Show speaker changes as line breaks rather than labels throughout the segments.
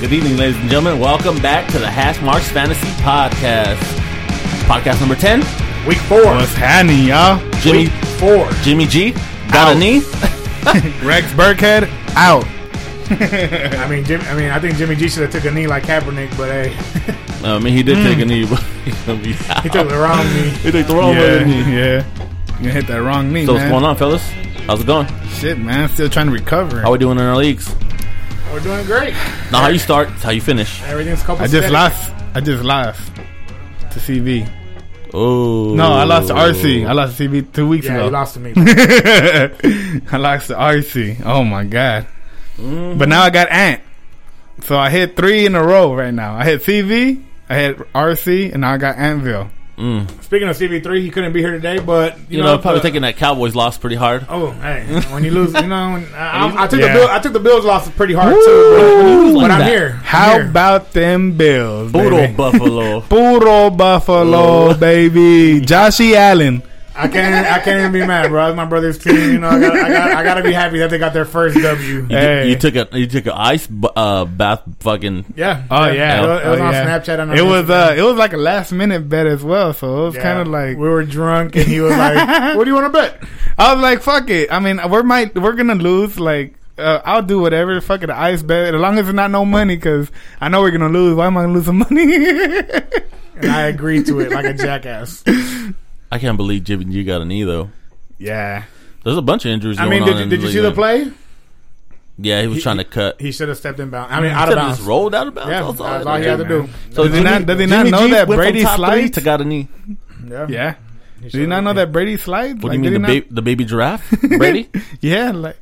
Good evening, ladies and gentlemen. Welcome back to the Hash Marks Fantasy Podcast. Podcast number 10.
Week four.
What's happening, y'all?
Jimmy
Week four.
Jimmy G got a
Ow.
knee.
Rex Burkhead out.
I mean, Jim, I mean, I think Jimmy G should have took a knee like Kaepernick, but hey,
I mean, he did take a knee, but he's gonna be out.
he took the wrong knee.
He took the wrong way.
Yeah,
didn't he?
yeah. You hit that wrong knee,
So what's
man.
going on, fellas? How's it going?
Shit, man. Still trying to recover.
How we doing in our leagues?
We're doing great.
Now, how you start? How you finish?
Everything's couple.
I just lost. I just lost to CV.
Oh
No, I lost to RC. I lost to CV two weeks
Yeah,
ago.
you lost to me.
I lost to RC. Oh my god.
Mm-hmm.
But now I got Ant. So I hit three in a row right now. I hit CV, I hit RC, and now I got Antville.
Speaking of CV3, he couldn't be here today, but you,
You know,
know
probably
the-
taking that Cowboys loss pretty hard.
Oh, hey, when you lose, you know, when, I, I, I took the
Yeah.
bill. I took the Bills loss pretty hard too, but,
Woo!
but I'm
That-
here. I'm
How
here.
about them Bills?
Boodle
baby?
Buffalo.
Puro Buffalo, baby. Joshy Allen.
I can't. I can't even be mad, bro. It's my brother's team. You know, I got. I got. I got to be happy that they got their first W.
You,
Hey.
you took a you took a ice bu- uh, bath fucking
Yeah.
Oh yeah,
It was, it was
Oh,
on
yeah.
Snapchat. And on
It was
Instagram.
uh, it was like a last minute bet as well, so it was
Yeah.
kind of like
we were drunk, and he was like, "What do you want to bet?"
I was like, fuck it. I mean, we're might we're gonna lose. Like, uh, I'll do whatever. Fuck it, the ice bet as long as it's not no money, because I know we're gonna lose. Why am I gonna lose some money?
And I agreed to it like a jackass.
I can't believe Jimmy G got a knee though.
yeah,
There's a bunch of injuries.
I
going
mean,
on
did you,
in
did you see
league.
the play?
Yeah, he was trying to cut.
He should have stepped in bounds. I mean,
He
out of
could've just
bounds.
rolled out of bounds.
Yeah,
That's
that's
all
all he
did.
had to do.
So
Does he not- does he not know that Brady
from top three
slides?
to got a knee?
Yeah.
yeah.
He
Did you not know that Brady slides?
What
Like,
do you mean
did
the,
he
ba- the baby giraffe? Brady?
not- Yeah, like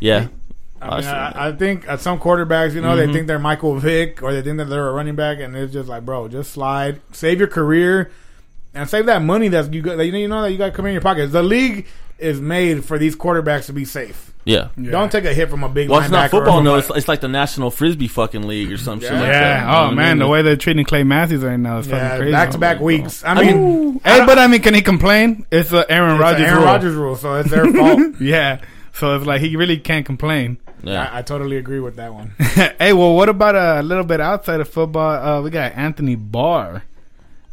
Yeah.
I, mean,
I see Mm-hmm. that.
I, I think uh, some quarterbacks, you know, they think they're Michael Vick or they think that they're a running back, and it's just like, bro, just slide, save your career, and save that money that's you got. That you know, you know that you got coming in your pockets. The league is made for these quarterbacks to be safe.
Yeah.
Don't take a hit from a big.
Well, it's
linebacker
not
or
football, no.
somebody.
It's, it's like the National Frisbee fucking league or some shit.
Yeah.
Like that,
yeah.
you know what
Oh
I
man,
mean?
the way they're treating Clay Matthews right now is fucking
yeah,
crazy.
back to back
Oh my
weeks. I
God.
mean,
Hey, but I mean, can he complain? It's a Aaron
it's a
Rodgers.
Aaron
rule.
Rodgers rule, so it's their fault.
Yeah. So it's like he really can't complain.
Yeah.
I, I totally agree with that one.
hey, well, what about a little bit outside of football? Uh, we got Anthony Barr.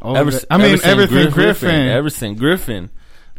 Over
Ever,
there. I mean,
Everson
Everson Griffin.
Everson Griffin.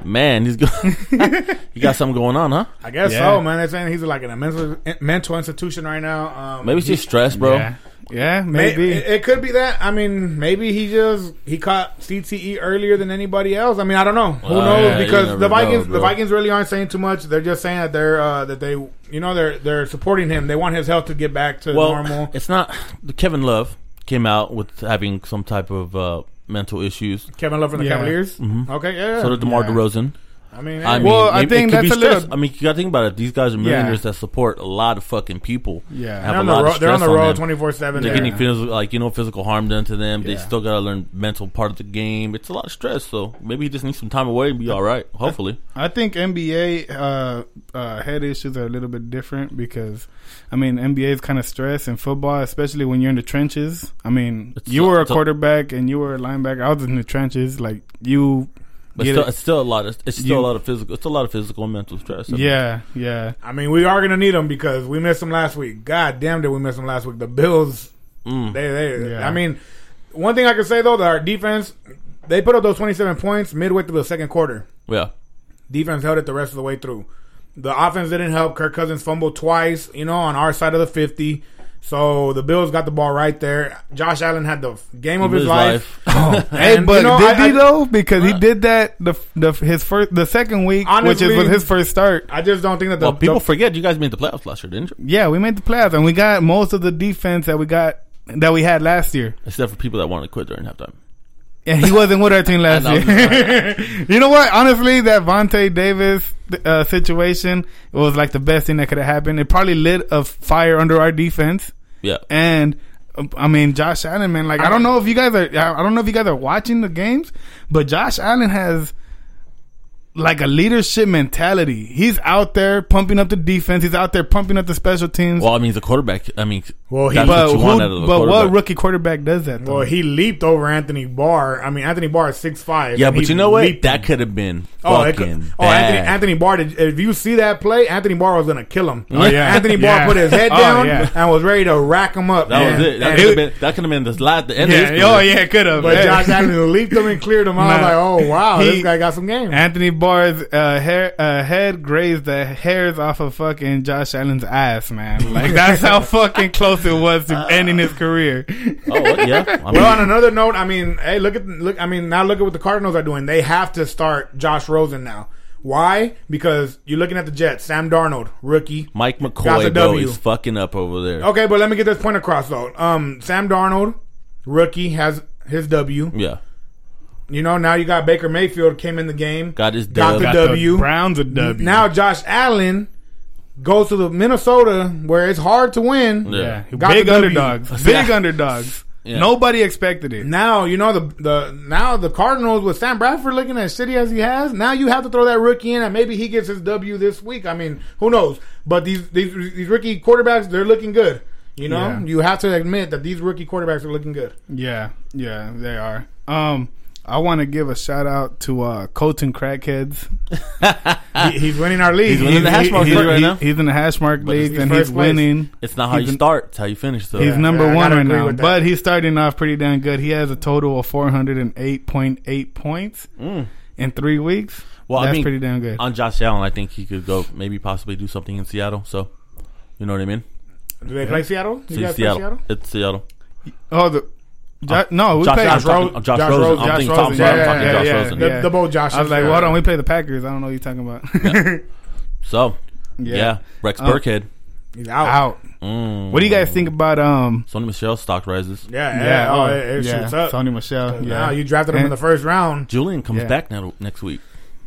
Man, he's going. you got something going on, huh?
I guess
Yeah.
so, man. They're saying he's like in a mental mental institution right now. Um,
Maybe it's
he-
just stress, bro.
Yeah, yeah
may- eh,
maybe.
it, it could be that. I mean, maybe he just he caught CTE earlier than anybody else. I mean, I don't know. Who
Well,
knows?
Uh, yeah, you
because
never
the
know,
Vikings,
bro.
the Vikings really aren't saying too much. They're just saying that they're uh, that they you know they're they're supporting him. They want his health to get back to
Well,
normal.
it's not. Kevin Love came out with having some type of uh, mental issues.
Kevin Love from the
Yeah.
Cavaliers. Okay, yeah.
So did DeMar
Yeah.
DeRozan.
I mean,
I
hey,
mean,
Well, I
maybe-
think
it could be
that's a little-
stress. I mean, you got to think about it. These guys are millionaires
Yeah.
that support a lot of fucking people.
Yeah.
have
they're
a
on the
lot
road.
of
They're on
stress
the
on
road
them.
twenty four seven.
They're
They're
getting phys- like you know physical harm done to them. They
Yeah.
still got to learn mental part of the game. It's a lot of stress, so maybe he just needs some time away and be all right. Hopefully,
I think NBA uh, uh, head issues are a little bit different because, I mean, NBA is kind of stress and football, especially when you're in the trenches. I mean,
It's
you
a-
were a
it's a-
quarterback and you were a linebacker. I was in the trenches. Like you,
but
get
still,
it.
it's still a lot. Of, it's still
You-
a lot of physical. It's a lot of physical and mental stress. I mean,
yeah, yeah.
I mean, we are gonna need him because we missed him last week. God damn, did we miss him last week? The Bills,
Mm.
they, they.
Yeah.
I mean, one thing I can say though, that our defense, they put up those twenty-seven points midway through the second quarter.
yeah.
Defense held it the rest of the way through. The offense didn't help. Kirk Cousins fumbled twice, you know, on our side of the fifty. So the Bills got the ball right there. Josh Allen had the game of his,
His
life.
Hey,
And,
but
you know,
Oh, did
I-
he
I-
though? Because he did that the the his first the second week, which
Honestly-
is was his first start.
I just don't think that the
Well, people
the-
forget you guys made the playoffs last year, didn't you?
Yeah, we made the playoffs and we got most of the defense that we got that we had last year.
Except for people that want to quit during halftime.
And he wasn't with our team last
I know.
year. you know what? Honestly, that Vontae Davis uh, situation was like the best thing that could have happened. It probably lit a fire under our defense.
Yeah,
And uh, I mean, Josh Allen, man. Like, I don't know if you guys are. I I don't know if you guys are watching the games, but Josh Allen has like a leadership mentality. He's out there pumping up the defense. He's out there pumping up the special teams.
Well, I mean, he's a quarterback. I mean,
Well, he-
that's
but
what you
who-
want out of the
but what
quarterback.
rookie quarterback does that? Though?
Well, he leaped over Anthony Barr. I mean, Anthony Barr is six five.
yeah, but you know what? That could have been
Oh, it
fucking
could, oh
bad.
Anthony, Anthony Barr! Did, if you see that play, Anthony Barr was gonna kill him.
Oh, yeah.
Anthony Barr
Yeah.
put his head
Oh,
down
yeah.
and was ready to rack him up.
That
And-
was it. That
and-
could have been. That could have been the last. The end of his
yeah,
career.
oh yeah, could have.
but Josh Allen leaped him and cleared him. I was
Nah.
like, oh wow,
He-
this guy got some game.
Anthony Barr's uh, hair, uh, head grazed the hairs off of fucking Josh Allen's ass, man. Like that's how fucking close it was to
Uh,
ending his career.
Oh what? yeah. I mean,
Well, on another note, I mean, hey, look at look. I mean, now look at what the Cardinals are doing. They have to start Josh Rosen now. Why? Because you're looking at the Jets. Sam Darnold, rookie.
Mike
That's a
McCoy, bro,
W.
is fucking up over there.
Oh.
Okay, but let me get this point across though. Um, Sam Darnold, rookie, has his W.
Yeah,
You know, now you got Baker Mayfield came in the game,
got his
Got
dub.
the
Got
dub. W.
The Browns a W.
Now Josh Allen goes to the Minnesota where it's hard to win.
yeah,
Yeah.
Got
big
the W.
underdogs, big underdogs.
Yeah.
Nobody expected it.
Now you know the the now the Cardinals with Sam Bradford looking as shitty as he has. Now you have to throw that rookie in, and maybe he gets his W this week. I mean, who knows? But these these these rookie quarterbacks they're looking good. You know,
Yeah.
you have to admit that these rookie quarterbacks are looking good.
Yeah, yeah, they are. Um, I want to give a shout out to uh, Colton Crackheads.
He- he's winning our league.
Ah. He's winning the hash mark
he's,
league right
he-
now.
he's in the hash mark league
he's
and
first
he's
place.
winning.
It's not how you
He's-
start; it's how you finish. So
He's number
yeah, I
one
gotta
right
agree
now,
with that.
but he's starting off pretty damn good. He has a total of 408.8 points
Mm.
in three weeks.
Well, I
that's
mean,
pretty damn good.
on Josh Allen. I think he could go, maybe possibly do something in Seattle. So, you know what I mean?
Do they play Seattle?
So
You guys
it's Seattle.
play Seattle?
It's Seattle.
oh, the jo- no, we
Josh,
played.
Allen, I'm talking-
Ro-
I'm Josh
Josh
Rosen.
Rosen.
I'm
Josh
thinking Tom.
Rosen.
Brady. I'm
Yeah,
talking
yeah,
Josh
yeah.
Rosen.
The,
Yeah.
the both Josh.
I was like, well, hold on, we played the Packers. I don't know what you're talking about.
So, yeah, Rex
Um,
Burkhead.
He's out.
Out.
Mm.
What do you guys think about um?
Sony Michelle's stock rises.
Yeah, yeah. oh, it, it
yeah,
shoots up.
Sony Michelle. Yeah,
Now you drafted him in
And-
the first round,
Julian comes
Yeah.
back now, next week.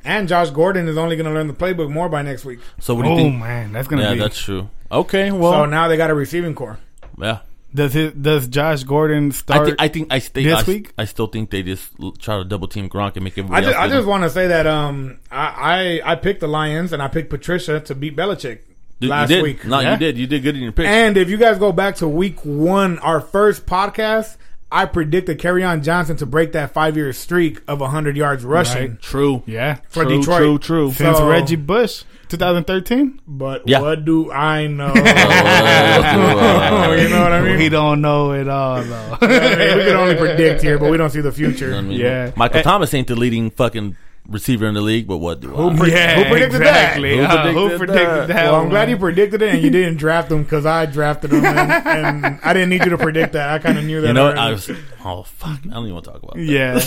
and Josh Gordon is only going to learn the playbook more by next week.
So what do you
Oh
think?
man, that's gonna
Yeah,
be.
that's true. Okay,
so
Oh.
well,
now they got a receiving core.
yeah.
does it? Does Josh Gordon
I
start?
think I think I stay.
this
I,
week?
I still think they just l- try to double team Gronk and make
I
everybody
just, I
else.
just want to say that um I, I I picked the Lions and I picked Patricia to beat Belichick
Dude, you
last
did.
week.
No,
Yeah.
you did. You did good in your pick.
And if you guys go back to week one, our first podcast, I predicted Carryon Johnson to break that five year streak of hundred yards rushing.
true.
yeah,
For
True,
Detroit.
True. True.
since
So-
Reggie Bush, 2013.
But
Yeah.
what do I know?
Oh,
you know what I mean?
He don't know it all though.
I mean, we can only predict here, but we don't see the future.
I mean,
Yeah.
Michael
Eh.
Thomas ain't the leading fucking receiver in the league, but what do I?
who predicted that?
exactly.
Who
Uh, Who predicted that?
predicted that?
Well, I'm glad
one?
you predicted it and you didn't draft him because I drafted him and, and I didn't need you to predict that. I kind of knew that.
You know what?
already.
I was. Oh fuck! I don't even want to talk about. That.
Yeah.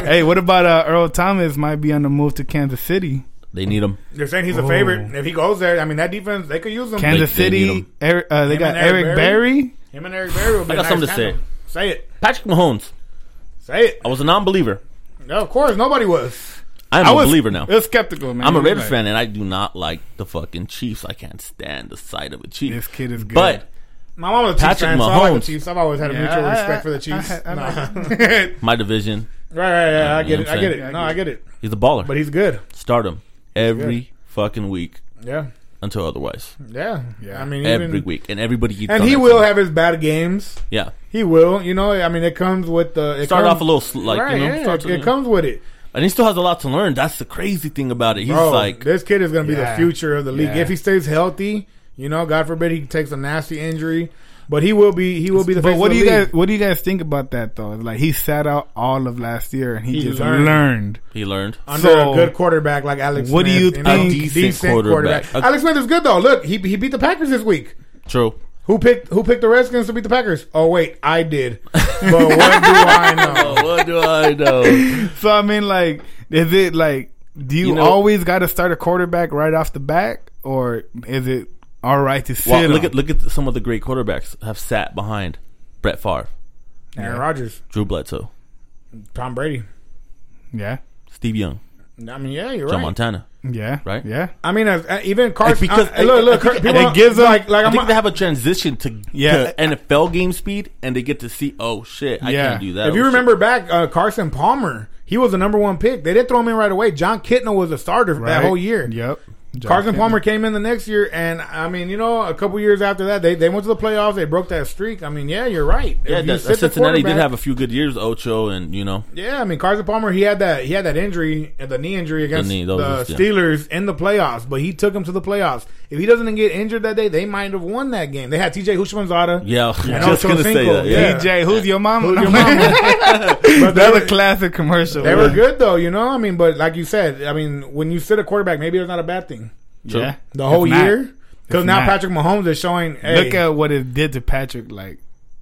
hey, what about uh, Earl Thomas? Might be on the move to Kansas City.
They need him.
They're saying he's a
Oh.
favorite. If he goes there, I mean that defense they could use him.
Kansas
They- they need
City.
him.
Eric, uh, they
Him
got
and Eric
Eric
Berry?
Berry.
Him and Eric Berry will be
I got
a nice
something to
tandem. Say it.
Patrick Mahomes.
Say it.
I was a non-believer.
No, of course nobody was.
I'm
I
a
was-
believer now.
I was skeptical, man.
I'm a
He was
Raiders
like,
fan, and I do not like the fucking Chiefs. I can't stand the sight of a Chief.
This kid is good.
But
My mom was a Chiefs
Patrick
fan, so I like the
Mahomes.
Chiefs. I've always had a
Yeah,
mutual
I-
respect
I-
for the Chiefs.
I- I- I
Nah.
like
right,
my division,
right, right. I
You know
get it.
what I'm
I get
saying?
it. No, I get it.
he's a baller.
But he's good.
Start him every fucking week
Yeah,
until otherwise.
yeah,
Yeah.
I mean, even,
every week, and everybody. keeps
and
on
he
that
will
team.
have his bad games.
Yeah,
He will. You know, I mean, it comes with the. It
start
comes,
off a little sl- like
right,
you know,
yeah,
start
it,
to-
it comes with it.
and he still has a lot to learn. That's the crazy thing about it. He's
Bro,
like,
this kid is going to be
Yeah.
the future of the league
Yeah.
if he stays healthy. You know, God forbid he takes a nasty injury, but he will be he will be the.
But
face
what
of
do
the
you
league.
guys? What do you guys think about that though? Like he sat out all of last year and he,
He
just
learned.
learned.
he learned.
under
So-
a good quarterback like Alex.
What do
Smith,
you
know,
think-
Decent quarterback. A-
Alex Smith is good though. Look, he he beat the Packers this week.
True.
Who picked who picked the Redskins to beat the Packers? Oh wait, I did. But what do I know?
Oh, what do I know?
So I mean, like, is it like? Do you,
You know-
always got to start a quarterback right off the back, or is it all right to sit?
Well, look
him?
at look at some of the great quarterbacks have sat behind Brett Favre,
Aaron Rodgers,
Drew Bledsoe,
Tom Brady.
yeah,
Steve Young,
I mean, yeah, you're
Joe
right.
Montana.
yeah,
Right?
Yeah,
I mean, as, uh, even Carson.
because-
uh, look, look,
I think-
people-
it gives
like like
I
I'm
think they have a transition to,
Yeah.
to NFL game speed, and they get to see, oh shit, I
Yeah.
can't do that.
If
Oh,
you
shit.
remember back, uh, Carson Palmer, He was the number one pick. They did throw him in right away. John Kitna was a starter for that
Right?
whole year.
Yep. Josh
Carson
Allen.
Palmer came in the next year, and I mean, you know, a couple years after that, they, they went to the playoffs. They broke that streak. I mean, yeah, you're right.
Yeah,
If you
that,
sit the
Cincinnati did
quarterback-
have a few good years, Ocho, and you know,
Yeah, I mean, Carson Palmer he had that he had that injury, uh, the knee injury against the,
knee, those was- yeah.
Steelers in the playoffs, but he took him to the playoffs. If he doesn't get injured that day, they might have won that game. They had T.J. Hushmanzada.
yeah,
And
just
Ocho
gonna say
Cinco,
that. Yeah.
yeah.
DJ, who's your mama?
E Who's your mama? But they
That's
were-
a classic commercial.
They were good though, you know. I mean, but like you said, I mean, when you sit a quarterback, maybe it's not a bad thing
True.
Yeah.
the
If
whole
not,
year. Because
If
now
not.
Patrick Mahomes is showing. Hey,
Look at what it did to Patrick. Like,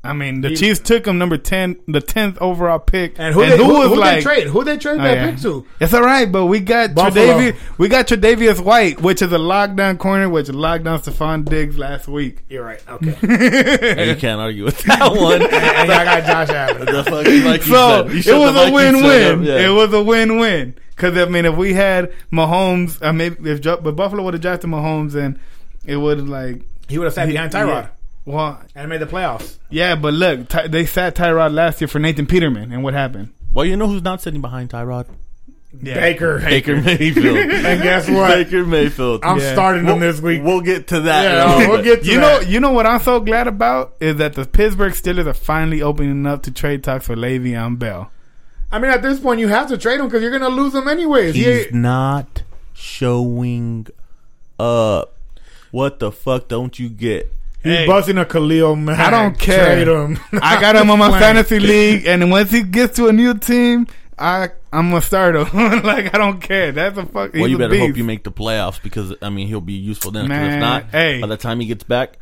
I mean, the
He-
Chiefs took him number ten, the tenth overall pick,
and who they, who, who they trade? Who they trade
Oh,
that
yeah.
pick to?
It's all right, but we got
Buffalo.
Tre'Davious, we got Tre'Davious White, which is a lockdown corner, which locked down Stephon Diggs last week.
You're right. Okay,
And you can't argue with that one.
and I got Josh Allen.
The fuck- like you
so
said, you
it
shut
was
the
a
mic, you shut
win-win.
up, yeah.
It was a win-win because I mean, if we had Mahomes, I mean, if Jo- but Buffalo would have drafted Mahomes, and it would like
He would have sat behind Tyrod
Yeah. Well,
and made the playoffs.
yeah, but look, Ty- they sat Tyrod last year for Nathan Peterman, and what happened?
Well, you know who's not sitting behind Tyrod?
Yeah.
Baker.
Baker Mayfield.
And guess what?
Baker Mayfield.
I'm
Yeah.
starting them
We'll-
this week.
We'll get to that. in a
Yeah,
little
we'll
bit.
get to
You know,
that.
you know what I'm so glad about is that the Pittsburgh Steelers are finally opening up to trade talks for Le'Veon Bell.
I mean, at this point, you have to trade him because you're going to lose him anyways.
He's
He-
not showing up. What the fuck don't you get?
he's
Hey.
busting a Khalil Mack.
I don't care.
Trade him.
I got him on my
Playing.
fantasy league, and once he gets to a new team, I I'm gonna start him. like I don't care. That's a fuck.
Well,
he's
you
a
better
beast.
hope you make the playoffs because I mean he'll be useful then. 'cause
Man,
if not,
hey.
by the time he gets back,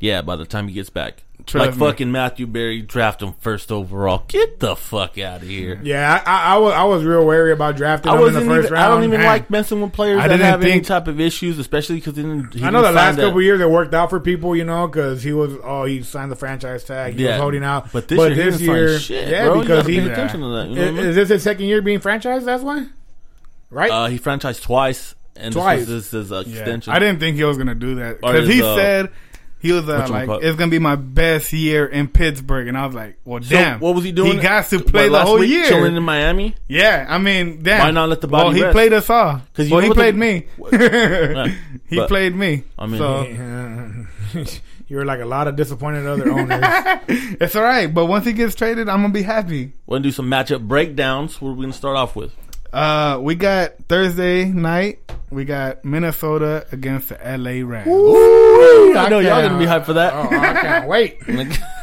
yeah, by the time he gets back,
Trust
like
me.
fucking Matthew Berry, draft him first overall. Get the fuck out of here.
Yeah, I, I, I, was, I was real wary about drafting
I
him in the
wasn't.
first
Even,
round.
I don't even
Man.
like messing with players
I
that
didn't
have any
think-
type of issues, especially because he didn't. he
I know the
didn't sign
last
that-
couple years it worked out for people, you know, because he was oh he signed the franchise tag, he was holding out.
But this year, he didn't sign shit,
yeah,
bro. You
because
gotta
he
pay
is,
attention to that. You know what I mean?
is this his second year being franchised? That's why, right?
Uh, he franchised twice, and
Twice.
this is his uh,
Yeah.
extension.
I didn't think he was gonna do that
Or
because
his,
he
uh,
said he was uh,
whatchamacallit?
like it's gonna be my best year in Pittsburgh, and I was like, well, damn.
what was he doing?
He got to
But
play the
last
whole
week,
year.
chilling in Miami.
Yeah, I mean, damn.
Why not let the
Well,
body
he
rest?
played us all.
'Cause you know
well, he
what
played
the-
me. he
but-
played me.
I mean,
so
Yeah. you were like a lot of disappointed other owners.
it's all right. But once he gets traded, I'm gonna be happy.
We're gonna do some matchup breakdowns. What are we gonna start off with?
Uh, we got Thursday night. We got Minnesota against the LA Rams.
I know y'all
can't-
gonna be hyped for that.
Oh, I can't wait.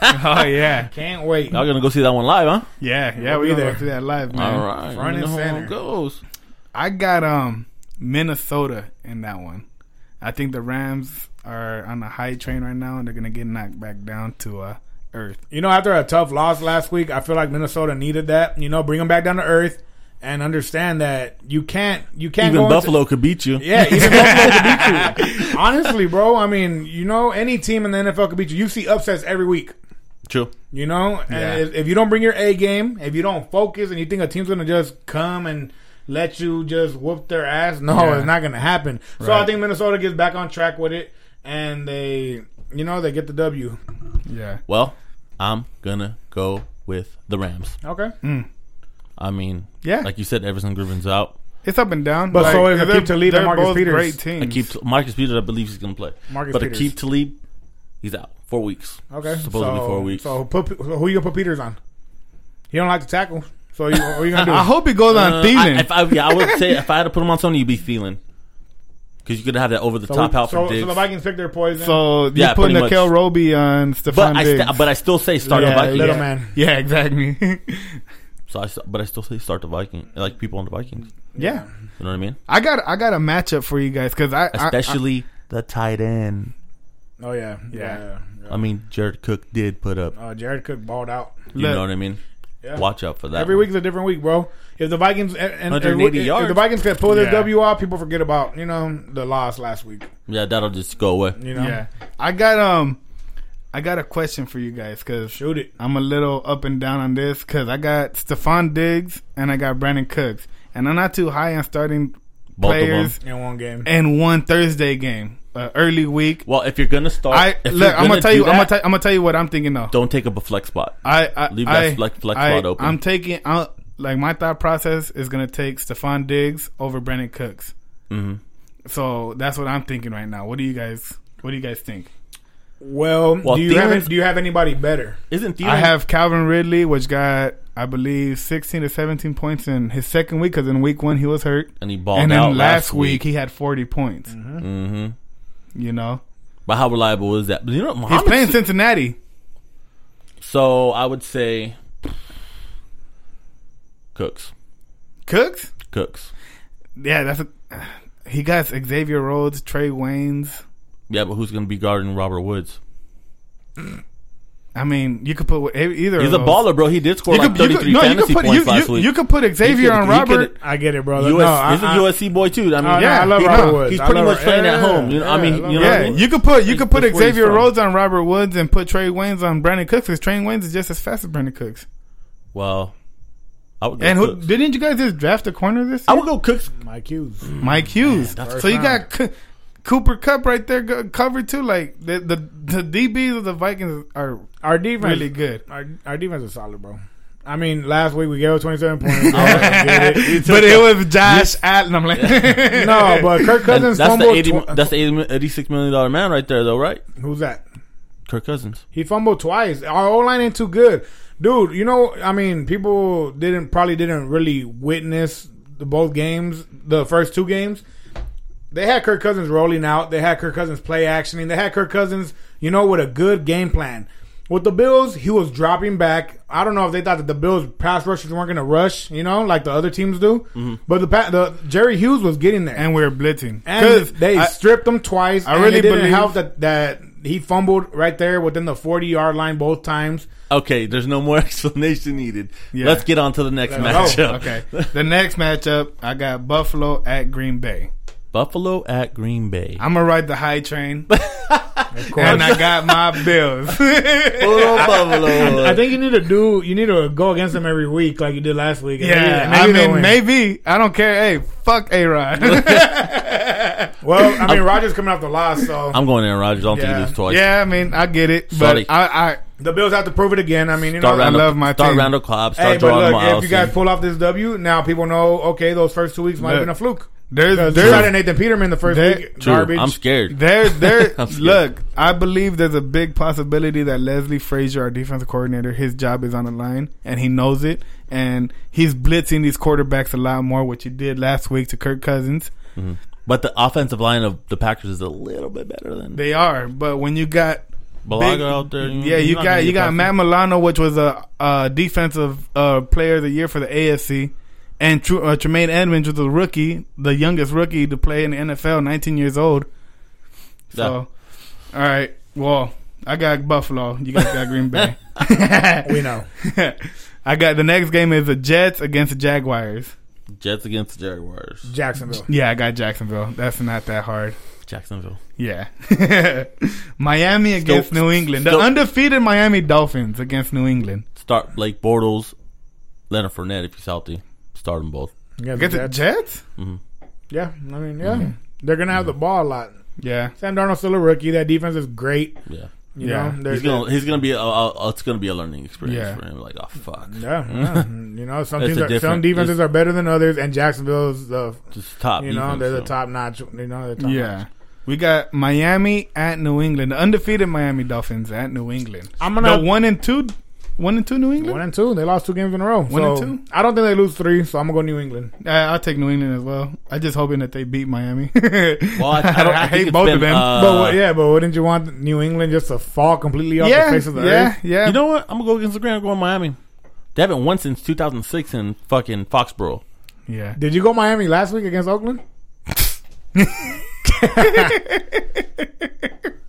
Oh yeah,
Can't wait.
y'all gonna go see that one live, huh?
yeah, yeah.
We'll
we
be
gonna
there.
go through that live, man.
All right,
Front
you
and
know how
center.
it goes.
I got um Minnesota in that one. I think the Rams are on a high train right now, and they're gonna get knocked back down to uh, earth.
You know, after a tough loss last week, I feel like Minnesota needed that. You know, bring them back down to earth and understand that you can't you can't go
Even
into-
Buffalo could beat you.
Yeah, even Buffalo could beat you. Honestly, bro, I mean, you know, any team in the NFL could beat you. You see upsets every week.
true.
You know, And
Yeah.
if, if you don't bring your A game, if you don't focus, and you think a team's gonna just come and let you just whoop their ass, no,
Yeah.
it's not gonna happen. So
Right.
I think Minnesota gets back on track with it, and they, you know, they get the W.
Yeah,
Well, I'm gonna go with the Rams.
Okay,
I mean,
Yeah.
like you said, Everson Griffin's out.
it's up and down.
But so is
they're-
Akeem Talib and
they're
Marcus
both
Peters.
Great teams.
I keep Marcus Peters. I believe he's gonna play.
Mm. Marcus
but
Peters.
Akeem Talib, he's out four weeks.
okay.
supposedly
so,
four weeks.
So put, who you gonna put Peters on? He don't like to tackle. So you, what are you gonna do?
I hope he goes on
Uh,
Thielen.
I, if I, yeah, I would say if I had to put him on Sony, you'd be feeling because you could have that over the
so
top
we-
out
so,
for Diggs.
so the Vikings pick their poison.
So
Yeah,
you're putting
pretty
Nikel
much.
Roby on
but
Stephon
I,
Diggs.
st- but I still say start
Yeah,
the Vikings.
little man.
Yeah, exactly.
So I, st- but I still say start the Viking. Like people on the Vikings.
yeah,
You know what I mean?
I got I got a matchup for you guys because I I-
Especially the tight end.
oh yeah,
Yeah.
yeah. yeah.
I mean, Jared Cook did put up.
Uh, Jared Cook balled out.
You
look.
know what I mean?
Yeah.
Watch out for that.
Every
one.
week's a different week, bro. If the Vikings and, and
180
if,
yards.
if the Vikings can pull their
Yeah.
W off, people forget about you know the loss last week.
Yeah, that'll just go away.
You know,
I, yeah I got um I got a question for you guys because
shoot it.
I'm a little up and down on this because I got Stephon Diggs and I got Brandon Cooks and I'm not too high on starting
Both of 'em.
players
In one game,
in one Thursday game uh, early week.
Well, if you're gonna start,
I
if
look.
you're
I'm gonna tell
do
you. I'm gonna
that,
tell, I'm gonna tell you what I'm thinking though.
Don't take up a flex spot.
I, I
Leave that
I,
flex- flex
I,
spot open.
I'm taking. i like my thought process is gonna take Stephon Diggs over Brandon Cooks.
Mhm.
So that's what I'm thinking right now. What do you guys? What do you guys think?
Well,
Well,
do you
Thielen's-
have do you have anybody better?
Isn't Thielen?
I have Calvin Ridley, which got I believe 16 to 17 points in his second week because in week one he was hurt,
and he balled
and then
out
last, week, he had 40 points.
hmm
You know,
But how reliable is that? But you know,
he's
Muhammad-
playing Cincinnati.
So I would say Cooks.
Cooks,
Cooks.
yeah, that's a, he got Xavier Rhodes, Trey Wayne's.
Yeah, but who's going to be guarding Robert Woods?
I mean, you could put wh- e-, either.
He's a
of those.
baller, bro. He did score
You
like
could, you
33
could, no, you
fantasy
could put
points
you,
last
you,
week.
you could put Xavier
could-
on
he could-
Robert. uh,
I get it, brother.
US,
no, I,
he's a
I-
USC boy too. I mean,
Oh, no,
Yeah,
I love
he-
Robert
no,
Woods.
he's
I
pretty
love
much
Ro-
playing at
yeah,
home. You know, I
yeah,
mean,
love
you know,
Robert
what I
Yeah,
mean?
you could put you could put
That's where he's
Xavier
from.
Rhodes on Robert Woods and put Trey Wayne's on Brandon Cooks because Trey Wayne's is just as fast as Brandon Cooks.
well, I would go
And who
Cooks.
didn't you guys just draft a corner this
I
year?
would go Cooks.
My cues.
Mike Hughes.
that's
so you
round.
got C- Cooper Cup right there go- covered too. Like the the the DBs of the Vikings are
Our defense,
really good.
our, our defense is solid, bro. I mean, last week we gave up 27
Oh.
points. bro. Oh, I get it.
but it was Josh Allen. I'm like,
No, but Kirk
And
Cousins
that's the
fumbled.
80,
twi-
that's the 80, 86 million dollar man right there, though, right?
Who's that?
Kirk Cousins.
He fumbled twice. Our O line ain't too good, dude. You know, I mean, people didn't probably didn't really witness the both games, the first two games. They had Kirk Cousins rolling out. They had Kirk Cousins play actioning. They had Kirk Cousins, you know, with a good game plan. With the Bills, he was dropping back. I don't know if they thought that the Bills pass rushers weren't going to rush, you know, like the other teams do. But the, pa- the Jerry Hughes was getting there.
and we're blitzing
And
because
they stripped him twice.
I
and
really
it didn't
believe-
help that, that he fumbled right there within the forty yard line both times.
Okay, there's no more explanation needed.
Yeah.
Let's get on to the next
Let's
matchup.
go.
okay. The next matchup, I got Buffalo at Green Bay.
Buffalo at Green Bay.
I'm gonna ride the high train,
Of course.
and I got my bills.
Buffalo, Buffalo.
I think you need to do you need to go against him every week like you did last week. And
Yeah, I
maybe- maybe they'll
mean,
win.
maybe I don't care. Hey, fuck A Rod.
Well, I mean, Rogers coming off the loss, so
I'm going Aaron Rodgers. I don't think he
yeah,
loses twice.
yeah, I mean, I get it,
Sorry.
but I, I,
the Bills have to prove it again. I mean, you
Start
know,
Randall,
love my
start
team.
Randall Cobb. Start
hey, but
Geronimo
look, if you guys
Allison.
pull off this W, now people know. Okay, those first two weeks might have
Look.
been a fluke.
there's,
Because you
there's,
started Nathan Peterman the first
There-
week,
True.
garbage.
I'm scared.
There, there.
I'm scared.
look, I believe there's a big possibility that Leslie Frazier, our defensive coordinator, his job is on the line, and he knows it, and he's blitzing these quarterbacks a lot more, which he did last week to Kirk Cousins.
But the offensive line of the Packers is a little bit better than
They are, but when you got
Balaga
big-
out there.
yeah, you got you got Matt Milano, which was a, uh defensive uh, player of the year for the AFC, and Tr- uh, Tremaine Edmonds was a rookie, the youngest rookie to play in the NFL, 19 years old. So, all right, well, I got Buffalo. You guys got Green Bay.
we know.
I got the next game is the Jets against the Jaguars.
Jets against the Jaguars.
Jacksonville.
Yeah, I got Jacksonville. That's not that hard.
Jacksonville.
Yeah. Miami against New England. The
still-
undefeated Miami Dolphins against New England.
Start Blake Bortles, Leonard Fournette if he's healthy. Start them both.
Yeah,
Against the Mhm.
Jets.
Jets?
yeah, I mean, yeah, they're gonna have the ball a lot.
Yeah.
Sam Darnold's still a rookie. That defense is great.
Yeah.
You
Yeah.
know, they're-
He's gonna he's gonna be a, a, a- it's gonna be a learning experience
Yeah.
for him. Like oh fuck,
yeah, yeah. you know, some
It's
teams
a
are, some
different-
defenses
it's-
are better than others, and Jacksonville's the
just top.
you know
defense,
they're the
so.
top notch. You know, they're top
Yeah.
notch.
We got Miami at New England. The undefeated Miami Dolphins at New England.
I'm gonna
the one and two one and two New England?
one and two. They lost two games in a row.
One
so
and two?
I don't think they lose three. So I'm gonna go New England.
Uh, I'll take New England as well. I just hoping that they beat Miami.
Well, I,
I,
I, don't, I,
hate both of them.
Uh,
but what- yeah, but wouldn't you want New England just to fall completely off
yeah,
the face of the
yeah,
earth?
yeah.
you know what? I'm gonna go against the grain. I'm going Miami. They haven't won since 2006 in fucking Foxborough.
yeah.
Did you go Miami last week against Oakland?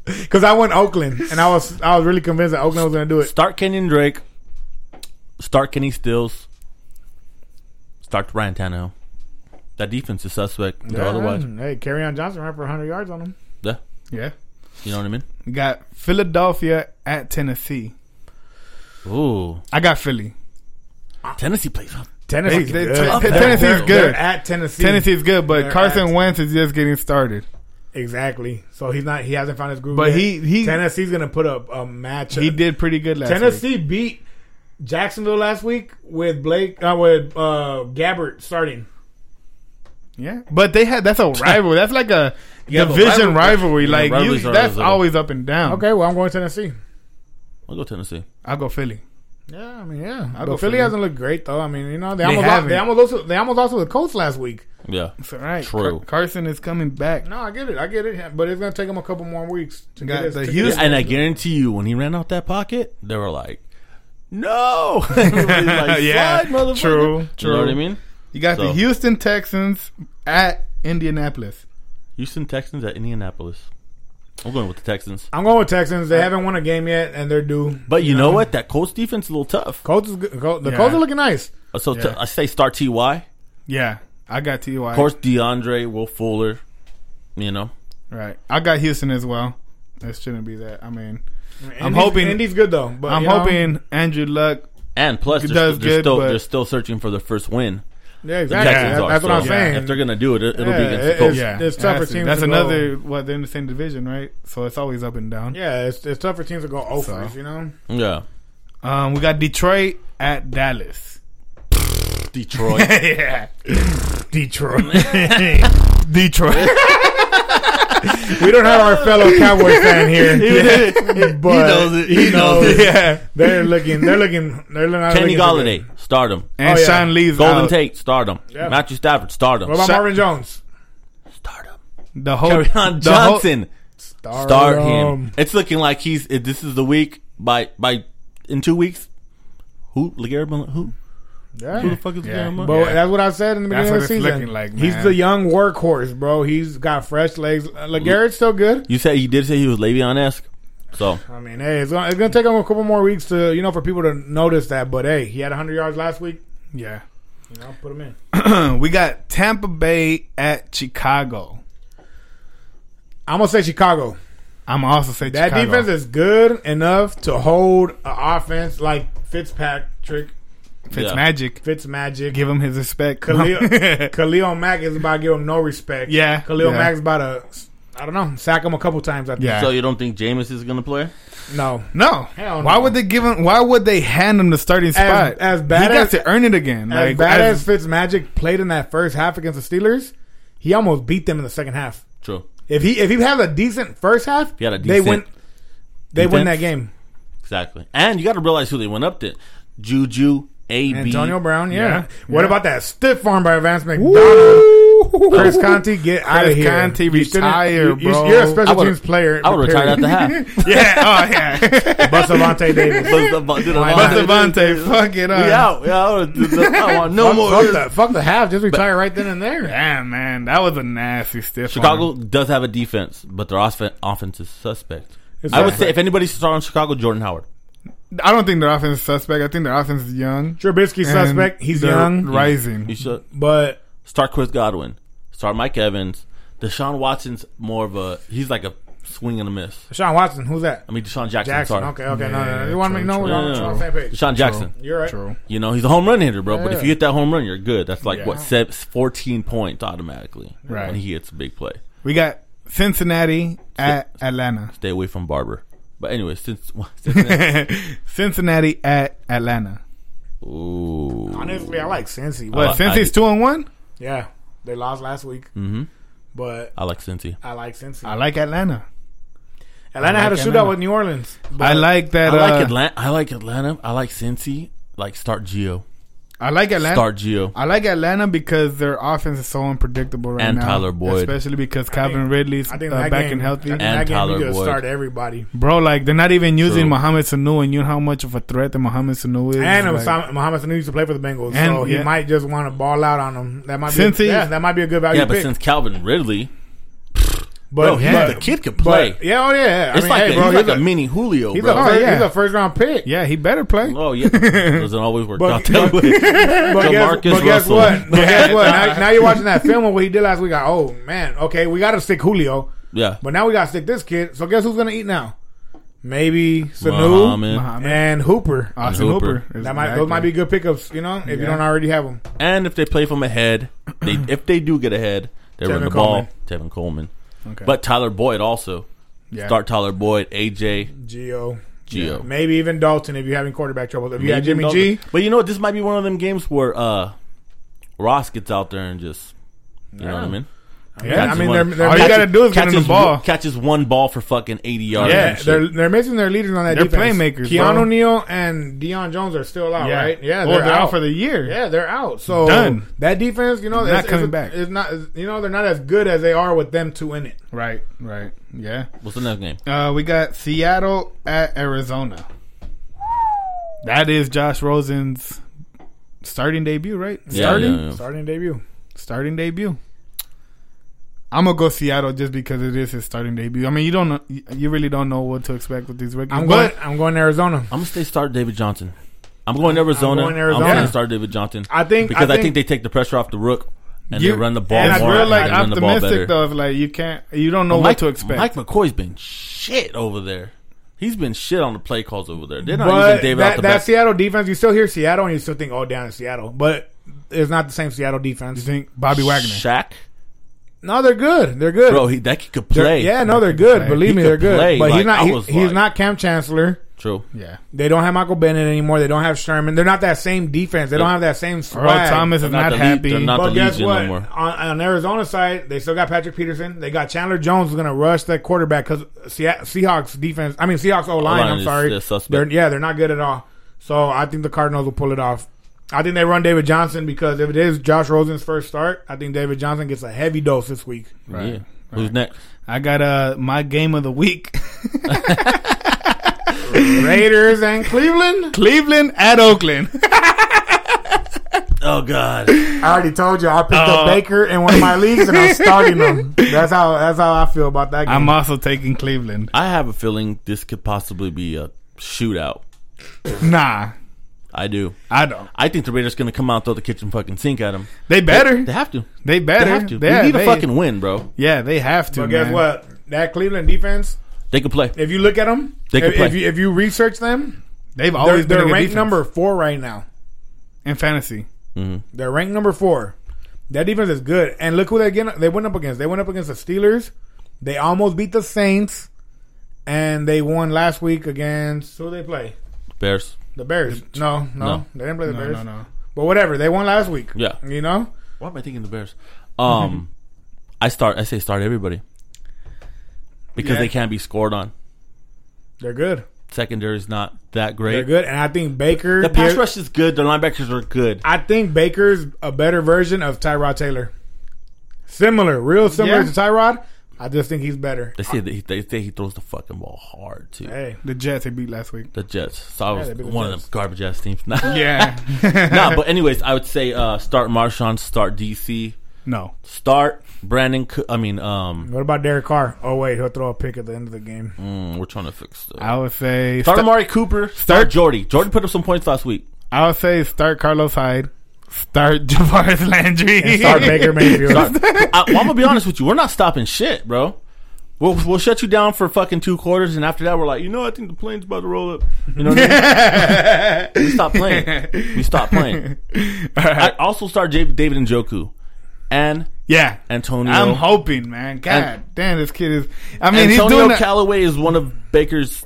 Because I went Oakland, and I was I was really convinced that Oakland was gonna do it.
Start Kenyon Drake. Start Kenny Stills. Start Ryan Tannehill. That defense is suspect. though, Otherwise,
hey, carry on Johnson ran for 100 yards on him.
yeah,
Yeah.
you know what I mean.
We got Philadelphia at Tennessee.
Ooh,
I got Philly.
Tennessee plays. huh?
Tennessee's
They- they-
good.
Ten-
They're-
Tennessee's
they're-
good.
they're at Tennessee.
Tennessee's good, but
They're
Carson
at-
Wentz is just getting started.
exactly. So he's not. He hasn't found his groove.
But
yet.
he- he-
Tennessee's gonna put up a matchup.
He did pretty good last
Tennessee beat Jacksonville last week with Blake uh, with uh, Gabbert starting.
Yeah, but they had that's a rival. That's like a
Yeah, but
division
rivalry-
rivalry.
yeah,
like you,
rivalries are-
that's
is a-
always up and down.
Okay, well I'm going to Tennessee.
I'll go Tennessee.
I'll go Philly.
Yeah, I mean, yeah.
I'll go
but Philly
Philly.
hasn't looked great though. I mean, you know, they,
They
almost lost,
haven't.
they almost also they almost lost to the Colts last week.
Yeah.
It's all right.
True.
Car- Carson is coming back.
No, I get it, I get it, but it's gonna take them a couple more weeks to
Got
get
the
us- to
Houston-
get us-
And I guarantee you, when he ran out that pocket, they were like, "No." Everybody's like,
Yeah,
"Fuck, motherfucker."
true,
You
true.
know what I mean?
You got the
So-
Houston Texans at Indianapolis.
Houston Texans at Indianapolis. I'm going with the Texans.
I'm going with Texans. They haven't won a game yet, and they're due.
But you know what? That Colts defense is a little tough.
Colts is good. Col- the
Yeah.
Colts are looking nice.
So t-
Yeah.
I say start Ty.
Yeah, I got TY.
Of course, DeAndre, Will Fuller. You know,
Right. I got Houston as well. That shouldn't be that. I mean, I'm
Indy's-
hoping-
Indy's good though. But
I'm
you know,
hoping Andrew Luck.
and plus
It
they're,
does
st- they're
good,
still
but-
they're still searching for their first win.
Yeah,
The
exactly.
Texans
That-
are,
that's what I'm
so
saying.
If they're gonna do it, it it'll be
Yeah,
against
it-
the Colts.
it's-
yeah,
it's tough for
that's,
teams
that's
to go-
another. What they're in the same division, right? So it's always up and down.
yeah, it's, it's tough for teams to go over. You know,
Yeah,
Um, we got Detroit at Dallas.
Detroit.
yeah, Detroit. Detroit.
we don't have our fellow Cowboys fan here.
he knows it. He knows it.
Oh, yeah,
They're looking. They're looking. They're not
Kenny
looking so good.
Galladay, start him.
and uh,
Oh, yeah.
Sean Lee's
Golden
out.
Tate, start him.
Yeah.
Matthew Stafford, start him.
What about
Shut-
Marvin Jones?
Start him.
The whole
Carrion
the whole-
Johnson.
Start,
start him. It's looking like he's. It, this is the week by by in two weeks. Who Legarrette Blunt? Who?
Yeah.
Who the fuck is
Yeah.
Legarrette Blunt?
But
Yeah.
that's what I said in the
That's
beginning
what
of the
it's
season.
looking like,
He's
man.
the young workhorse, bro. He's got fresh legs. Uh, LeGarrett's still good.
You said you did say he was Le'Veon esque. So
I mean, hey, it's gonna, it's gonna take him a couple more weeks to you know for people to notice that. But hey, he had 100 yards last week.
Yeah,
You know, put him in.
we got Tampa Bay at Chicago.
I'm gonna say Chicago.
I'm also say
That
Chicago.
defense is good enough to hold an offense like Fitzpatrick,
Magic.
Fitzmagic.
Give him his respect.
Khalil, Khalil Mack is about to give him no respect.
Yeah,
Khalil
yeah.
Mack's about to, I don't know, sack him a couple times. I think.
Yeah.
so you don't think Jameis is gonna play?
No.
No.
Hell
Why
no.
would they give him? Why would they hand him the starting spot?
as bad
he
as-
got to earn it again.
As
like
bad
as-
as, Fitzmagic played in that first half against the Steelers, he almost beat them in the second half.
True.
If he if he had a decent first half,
He had a
they
decent
win. They win that
defense.
game.
Exactly. And you got to realize who they went up to. Juju, A B,
Antonio Brown, yeah.
Yeah.
What
Yeah.
about that stiff arm by Vance McDonald? Chris Conti, get out of
Chris
here.
Conti,
You shouldn't-
retire,
you- you-
bro.
You're a
I
special
would've-
teams player.
I would retire at the half.
yeah, oh yeah.
But Savante Davis.
But the- but the-
but Devontae, fuck it
we
up.
out. We out. I want no
fuck,
more.
Fuck the, fuck the half. Just retire right then and there.
Damn, man, that was a nasty stiff.
Chicago
arm.
does have a defense, but their offen- offense is suspect. I would say if anybody should start on Chicago, Jordan Howard.
I don't think their offense is suspect. I think their offense is young.
Trubisky
and
suspect. He's
they're
young,
You
rising.
should
but
start Chris Godwin. Start Mike Evans. Deshaun Watson's more of a he's like a swing and a miss.
Sean Watson. Who's that?
I mean Deshaun Jackson.
Jackson.
Sorry.
Okay, okay. no, no, no.
Yeah,
You want me to
true,
know
No,
we're
no,
on
no.
we're on the same page?
Deshaun Jackson.
You're right.
True.
You know he's a home run hitter, bro. But if you
Yeah.
hit that home run, you're good. That's like what
Yeah.
se- 14 points automatically
Right.
when he hits a big play.
We got Cincinnati at Atlanta.
Stay away from Barber. But anyway, since
Cincinnati at Atlanta.
ooh,
Honestly, I like Cincy.
But
I-
since
I-
he's two and one,
yeah, they lost last week,
hmm
but
I like Cincy.
I like Cincy.
Mm-hmm. I like Atlanta.
Atlanta
I
had a
like
shootout
Atlanta.
with New Orleans.
I like that.
I like
uh,
Atlanta. I like Atlanta. I like Cincy. Like start Geo.
I like Atlanta.
Start Geo.
I like Atlanta because their offense is so unpredictable right
And
now.
Tyler Boyd.
especially because Calvin
think-
Ridley's
I think
uh,
that
back
game,
and healthy.
I think
And
that game,
Tyler
you just
Boyd.
start everybody.
Bro, like they're not even using
True.
Mohamed Sanu, and you know how much of a threat that Mohamed Sanu is.
And
like,
Osama- Mohamed Sanu used to play for the Bengals,
And-
so he
yeah.
might just want to ball out on them. That might be
Since he-
yeah, that might be a good value
Yeah, but
pick.
since Calvin Ridley,
but,
bro, he-
but-
the kid could play.
but- yeah, oh yeah. I
it's
mean,
like
hey,
a,
bro,
he's
he's
like a,
a-
mini Julio,
he's a
bro.
Oh,
first-
yeah.
he's a first round pick.
yeah, he better play.
oh yeah, doesn't always work out that way.
But guess,
Jamarcus
but guess
Russell.
what? But guess what? Now, now you're watching that film of what he did last week. Like, oh man, okay, we got to stick Julio,
Yeah,
but now we got to stick this kid. So guess who's gonna eat now? Maybe Sanu
Muhammad.
Mohamed.
and Hooper.
Austin
Hooper.
Hooper.
That might those might be good pickups. You know, if you
Yeah.
don't already have them.
And if they play from ahead, they if they do get ahead, they
Tevin
run the
Coleman.
ball. Tevin Coleman,
Okay.
but Tyler Boyd also
Yeah.
start Tyler Boyd, AJ,
Geo,
Gio.
Maybe even Dalton if you're having quarterback trouble. If you had
Maybe
Jimmy
no-
G,
But you know what? This might be one of them games where uh, Ross gets out there and just, you know what I mean?
yeah, I
Catches
mean,
one-
they're, they're
All you
making-
gotta do is get him the
catches
ball.
one- catches one ball for fucking eighty yards.
yeah,
Yeah,
they're they're missing their leaders on that.
They're
defense.
playmakers,
Keanu
bro.
Neal and Deion Jones are still out, right? Yeah,
Well, Oh, they're out. for
the.
the year.
Yeah, they're out. So
Done.
that defense, you know,
Not
it's- it's-
coming back.
It's not, it's- you know, they're not as good as they are with them two in it.
Right. Right. Yeah.
What's the next game?
Uh, we got Seattle at Arizona. That is Josh Rosen's starting debut, right? starting,
Yeah.
Starting debut.
starting debut. I'm gonna go Seattle just because it is his starting debut. I mean, you don't know, you really don't know what to expect with these rookies.
I'm
but
going. I'm going to Arizona.
I'm gonna stay start David Johnson. I'm going to Arizona. I'm
going
going
Arizona.
to start David Johnson
I think
because I think,
I think,
they take the pressure off the rook and
You-
they run the ball
and it's
more.
real
and
like
they run the ball better.
optimistic though. It's like you can't, you don't know
Mike,
what to expect.
Mike McCoy's been shit over there. He's been shit on the play calls over there. They're not
but
using David out
that,
the
that
back.
Seattle defense, you still hear Seattle and you still think, oh, down in Seattle, but it's not the same Seattle
you
defense.
think Bobby Wagner?
Shaq,
No, they're good. They're good.
bro, he, that kid could
They're-
play.
Yeah, no, they're good.
play.
Believe
He
me,
could
they're good.
play.
But
Like,
he's not.
I
he-
was
he's
like-
not Cam Chancellor.
true.
Yeah,
They don't have Michael Bennett anymore. They don't have Sherman. They're not that same defense. They don't have that same
Earl
swag.
Thomas
They're
is
not
not,
the lead-
happy.
they're not-
But
the
guess
Legion
what?
no more.
On, on Arizona side, they still got Patrick Peterson. They got Chandler Jones who's going to rush that quarterback because Seahawks defense. I mean Seahawks O line.
O-line
I'm
is-
sorry.
is suspect.
They're, yeah, they're not good at all. So I think the Cardinals will pull it off. I think they run David Johnson because if it is Josh Rosen's first start, I think David Johnson gets a heavy dose this week.
Yeah.
right.
Who's next?
I got uh my game of the week:
Raiders and Cleveland.
Cleveland at Oakland.
Oh God,
I already told you I picked
Uh.
up Baker in one of my leagues and I'm starting him. That's how that's how I feel about that game.
I'm also taking Cleveland.
I have a feeling this could possibly be a shootout.
Nah,
I do.
I don't.
I think the Raiders gonna come out and throw the kitchen fucking sink at them.
They better.
They have to.
They better.
They have to.
Yeah,
we need a
they-
fucking win, bro.
Yeah, they have to.
but guess
man.
what? That Cleveland defense.
They can play.
If you look at them,
They could
if,
play.
if you if you research them,
They've
they're,
always
they're
been a good
ranked
defense.
number four right now.
in fantasy.
They're ranked number four. That defense is good. And look who they get, they went up against. They went up against the Steelers. They almost beat the Saints, and they won last week against who they play.
Bears.
The Bears. No, no,
No.
they didn't play the
No,
Bears.
no, no.
But whatever, they won last week.
Yeah.
you know.
Why am I thinking the Bears?
Mm-hmm.
Um, I start. I say start everybody because
Yeah.
they can't be scored on.
They're good.
Secondary is not that
They're
great.
good, and I think Baker.
The pass
they're-
rush is good. The linebackers are good.
I think Baker's a better version of Tyrod Taylor. Similar, real similar
Yeah.
to Tyrod. I just think he's better.
They say that he, they say he throws the fucking ball hard too.
Hey,
The Jets they beat last week.
The Jets. So I was
they beat the
one of
Jets.
them garbage ass teams. Nah.
Yeah.
nah, but anyways, I would say uh, start Marshawn, start DC,
no.
start Brandon. Coo- I mean, um,
what about Derek Carr? Oh wait, he'll throw a pick at the end of the game.
mm, we're trying to fix this.
I would say
Start
sta-
Amari Cooper. Start Jordy. Jordy put up some points last week.
I would say start Carlos Hyde. Start Javaris Landry.
And start Baker Mayfield.
I, am gonna be honest with you. We're not stopping shit, bro. We'll, we'll shut you down for fucking two quarters, and after that, we're like, you know, I think the plane's about to roll up. You know what I mean? we stop playing. We stop playing.
All right.
I also start J- David and Joku and
yeah.
Antonio.
I'm hoping, man. God
And-
damn, this kid is. I mean, he's
Antonio
doing. that-
Callaway is one of Baker's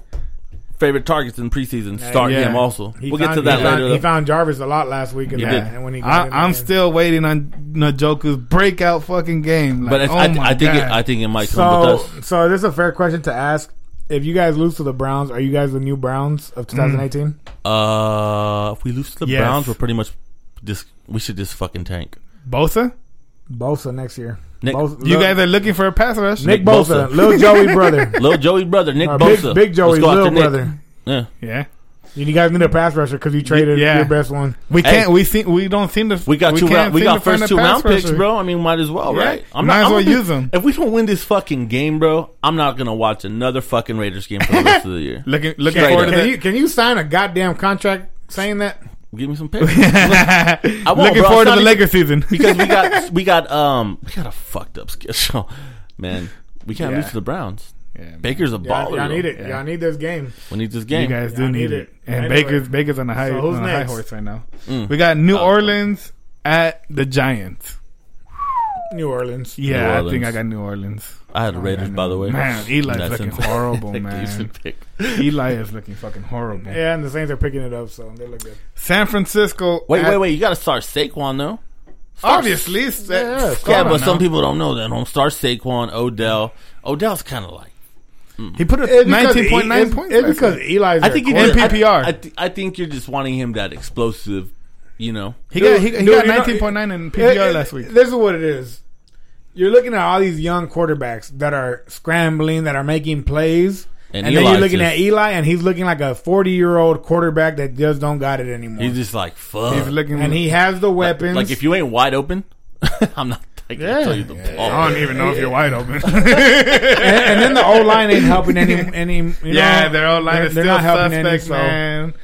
favorite targets in preseason. Start
yeah.
him also.
He
we'll get
found-
to that
he
later.
Found,
though.
he found Jarvis a lot last week, and,
He
that,
did.
and when he got in the
I, I'm
game.
still waiting on Najoku's breakout fucking game. Like,
but it's,
oh
I,
my
I think it,
God.
I think it might come
so.
with us.
So this is a fair question to ask. If you guys lose to the Browns, are you guys the new Browns of
Mm.
2018?
Uh, if we lose to the
Yes.
Browns, we're pretty much just we should just fucking tank.
Bosa.
Bosa next year.
Nick-
Bosa-
You
Lil-
guys are looking for a pass rush.
Nick
Nick
Bosa,
Bosa.
little Joey brother,
Little Joey's brother, Nick
Uh,
Or
Bosa.
big, big Joey's
Let's go after
little
Nick.
brother.
Yeah.
Yeah.
You guys need a pass rusher because you traded
yeah.
your best one.
We
Hey.
can't. we see. We don't seem to.
We got two.
can't
Round, we
seem
got
to find
first
a
two
pass
round picks,
rusher.
bro. I mean, might as well,
Yeah.
right?
Might as well
gonna be-
use 'em.
If we don't win this fucking game, bro, I'm not gonna watch another fucking Raiders game for the rest of the year.
Looking, looking
Straight
forward
up.
to
Can
that.
you can you sign a goddamn contract saying that?
Give me some picks
I
won't,
looking
bro. It's
forward to
not
the
even-
Lakers season.
because we got we got um we got a fucked up schedule, man. We can't
Yeah.
lose to the Browns.
Yeah, man.
Baker's a
Y'all,
baller.
y'all need
though.
it.
Yeah.
Y'all need this game.
We need this
you
game.
guys
Yeah,
do
I
need
need
it.
it.
And
Anyway.
Baker's Baker's on a high,
So who's
on a high
next?
horse right now.
Mm.
We got New Orleans at the Giants.
New Orleans.
Yeah, I
Orleans.
think I got New Orleans.
I had the Raiders, by the way.
Man, Eli's
That's
looking
insane.
horrible,
Like, decent
man.
pick.
Eli is looking fucking horrible.
Yeah, and the Saints are picking it up, so they look good.
San Francisco.
Wait,
at-
wait, wait! You got to start Saquon though.
Obviously, it's that-
Yeah,
it's
Yeah,
gone
but
now.
some people don't know that. Home star Saquon, Odell. Odell's kind of like.
he put up
It's because
nineteen point
E-
nine
it's-
points.
It's
last
because
night.
Eli's.
I think you
he
In
just, I-
PPR.
I, thi- I think you're just wanting him that explosive, you know.
he
Dude,
got he, he
dude,
got
you know-
nineteen point nine in PPR last week.
This is what it is. You're looking at all these young quarterbacks that are scrambling, that are making plays,
And
and, then you're
Eli's
looking
just-
at Eli, and he's looking like a 40 year old quarterback that just don't got it anymore.
He's just like fuck.
He's looking.
and he has the weapons.
like if you ain't wide open, I'm not. I can
Yeah.
tell you the ball.
I don't even know if you're wide open.
and, and then the O line ain't helping any. any you
yeah,
know,
their old line is
they're
still
not helping any,
suspect,
so-
man.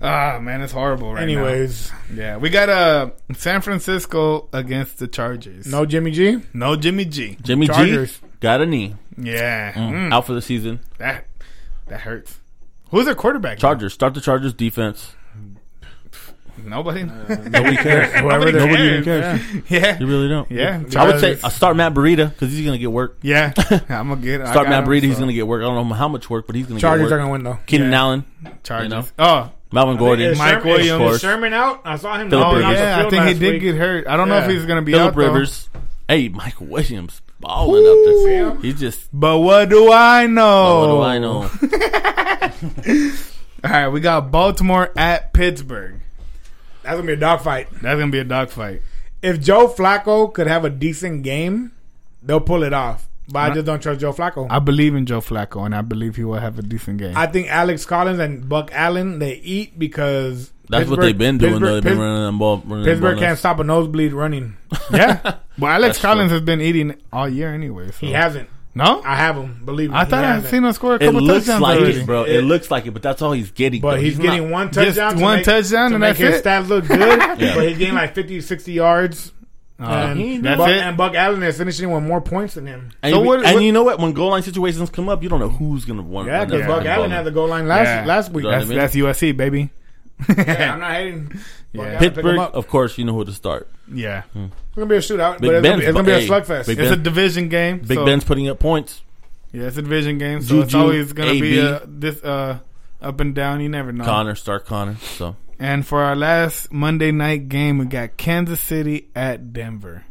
Ah, man, it's horrible right now.
Anyways,
Yeah, we got uh, San Francisco against the Chargers.
no Jimmy G.
no Jimmy G.
Jimmy
Chargers.
G got a knee
Yeah, Mm,
out for the season.
that that hurts. Who's their quarterback? now?
Chargers start the Chargers defense.
Nobody.
Uh,
Nobody cares. Nobody
Nobody cares.
even cares.
yeah,
You really don't.
yeah.
I would say
Chargers.
I start Matt Burita because he's gonna get work.
yeah. I'm gonna get I
Start
got
Matt
him,
Burita, he's
so.
gonna get work. I don't know how much work, but he's gonna
Chargers
get
are
work.
gonna win though.
Keenan
Yeah.
Allen,
Chargers.
you know?
Oh,
Murray, Gordon,
Mike
Sherman-
Williams.
of course.
Sherman out. I saw him.
Phillip
oh
knocking
Rivers.
off the
yeah. I
field
think he
last
did
week.
get hurt. I don't know
Yeah.
if he's gonna be out,
Philip
though.
Rivers. Hey, Mike Williams balling up
Ooh.
this. He's just.
But what do I know?
What do I know?
All right, we got Baltimore at Pittsburgh.
That's gonna be a dogfight.
That's gonna be a dogfight.
If Joe Flacco could have a decent game, they'll pull it off. But I just don't trust Joe Flacco.
I believe in Joe Flacco, and I believe he will have a decent game.
I think Alex Collins and Buck Allen they eat because
That's what they've been doing. though. They've been
Pittsburgh,
running them ball. Running them
Pittsburgh
ball
can't stop a nosebleed running.
yeah, well, Alex
That's
Collins has been eating all year anyway. So.
He hasn't.
no. I,
I have him. Believe me. he
thought I
hasn't.
had seen him score a
It
couple
looks
touchdowns
like
already.
it, bro. It looks like it, but that's all he's getting.
But
though.
he's,
not-
getting one touchdown.
Just
to
one
make-
touchdown
to
and
make
that's
his
it.
stats look good.
Yeah.
But he gained like 50, 60 yards.
Uh,
and,
that's
Buck,
it.
and Buck Allen is finishing with more points than him.
And,
So
we-
what-
and
what-
you know what? When goal line situations come up, you don't know who's gonna win.
Yeah, because
Yeah.
Buck Allen had the goal line last
Yeah.
last week.
You know what I
That's,
mean?
that's USC baby.
Yeah, I'm not hating. Buck
Yeah.
Allen, pick him
Pittsburgh,
up.
of course, you know who to start.
Yeah,
It's gonna be a
Big
shootout, but it's gonna,
Ben's
be, it's gonna be a
Buck- hey,
slugfest.
Big
it's
Ben.
a division game.
Big
so-
Ben's putting up points.
Yeah, it's a division game, so it's
Juju,
always gonna be
AB.
uh this uh, up and down. You never know.
Connor, start Connor. So
And for our last Monday night game, we got Kansas City at Denver.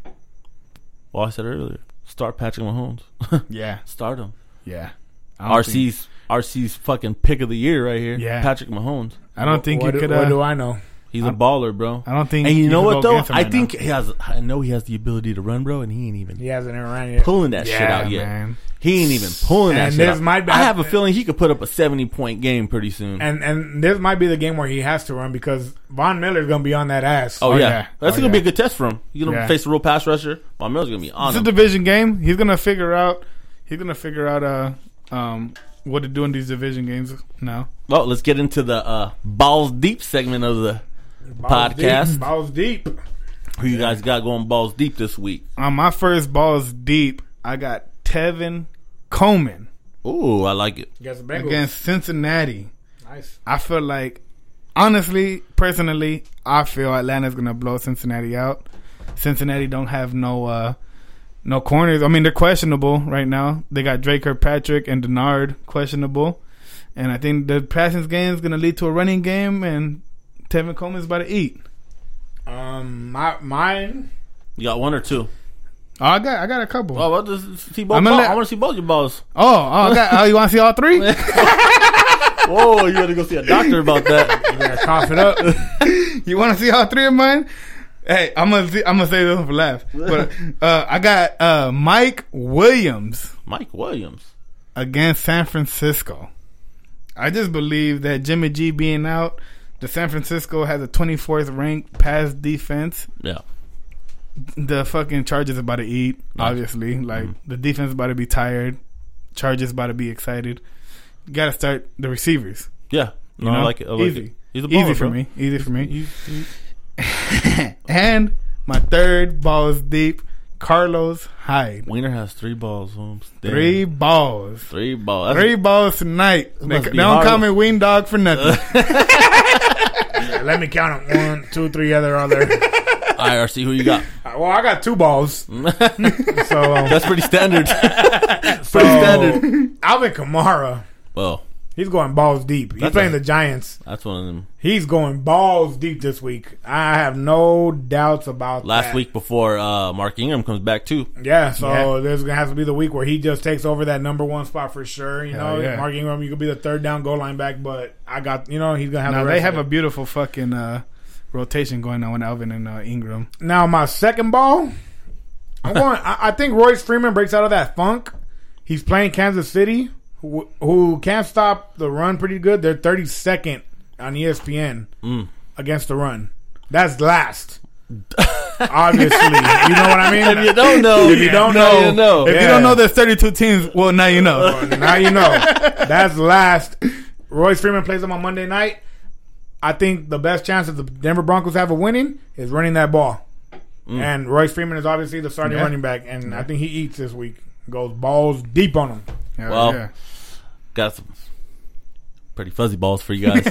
Well, I said earlier, start Patrick Mahomes.
Yeah,
start him.
yeah. I don't think-
RC's RC's fucking pick of the year right here.
Yeah.
Patrick Mahomes.
I don't think
what,
you
do-
could.
what
uh,
do I know?
He's a baller, bro.
I don't think.
And you know what
could go
though?
against him
I
right
think
now.
he has. I know he has the ability to run, bro, and he ain't even
He hasn't even ran yet.
pulling that shit
Yeah,
out yet.
man.
He ain't even pulling that
And
shit
this
out.
might be-
I have a feeling he could put up a seventy point game pretty soon.
And and this might be the game where he has to run because Von Miller's gonna be on that ass.
oh,
oh,
yeah,
yeah.
that's
Oh,
gonna be
yeah.
a good test for him. He's gonna
Yeah.
face a real pass rusher. My Miller's gonna be on
it's a
him.
division game. He's gonna figure out. He's gonna figure out uh um what to do in these division games now.
well, let's get into the uh, balls deep segment of the.
Balls
Podcast.
deep, balls deep.
Who you guys got going balls deep this week?
On Um, my first ball is deep. I got Tevin Coleman
Ooh, I like it.
Against the Bengals.
against Cincinnati.
Nice.
I feel like, honestly, personally, I feel Atlanta's gonna blow Cincinnati out. Cincinnati don't have no uh, no corners. I mean, they're questionable right now. They got Drake Kirkpatrick and Denard questionable, and I think the passing game is gonna lead to a running game, and Tevin Coleman's about to eat.
Um, my mine.
You got one or two?
Oh, I got I got a couple.
Oh,
Oh,
well, just see both.
I'm gonna
ball-
let-
I want to see both your balls.
oh, I got, oh you want to see all three?
Whoa, you got to go see a doctor about that.
Yeah, cough it up.
You want to see all three of mine? Hey, I'm gonna see, I'm gonna save this one for last. But uh, I got uh, Mike Williams.
Mike Williams.
against San Francisco. I just believe that Jimmy G being out, the San Francisco has a 24th ranked pass defense.
Yeah.
The fucking Chargers about to eat, obviously. Like
Mm-hmm.
the defense about to be tired. Chargers about to be excited. You got to start the receivers.
Yeah.
You
No, I
know?
like it. I like
Easy.
it. He's a baller,
Easy for
bro.
me. Easy for me.
He's- he's-
and my third ball is deep. Carlos Hyde.
Wiener has three balls, Holmes. Damn.
Three balls.
Three balls. That's-
Three balls tonight. They,
must
they
be
don't
hard.
call me Ween Dog for nothing.
Yeah, let me count them. One, two, three, other, other.
IRC, who you got?
Well, I got two balls. Mm-hmm. so, um,
That's pretty standard.
so
standard.
Alvin Kamara,
well,
he's going balls deep. He's
That's
playing
a-
the Giants.
that's one of them.
He's going balls deep this week. I have no doubts about
Last
that.
week before uh, Mark Ingram comes back too.
Yeah, so
Yeah.
there's gonna have to be the week where he just takes over that number one spot for sure. You
Hell
know,
yeah.
Mark Ingram, you could be the third down goal line back, but I got you know he's gonna have.
Now
the
they
rest
have a
of it.
beautiful fucking uh, rotation going on with Alvin and uh, Ingram.
now my second ball. I'm going. I, I think Royce Freeman breaks out of that funk. He's playing Kansas City, who, who can't stop the run pretty good. They're 32nd on E ESPN against the run. That's last. Obviously, you know what I mean.
If you don't know,
If you don't
now
know,
you know.
If you
Yeah.
don't know there's 32 teams, well now you know.
Well, now you know. That's last. Royce Freeman plays them on Monday night. I think the best chance that the Denver Broncos have of winning is running that ball. And Royce Freeman is obviously the starting
Yeah.
running back, and I think he eats this week. Goes balls deep on him.
Yeah,
Well,
yeah.
got some pretty fuzzy balls for you guys.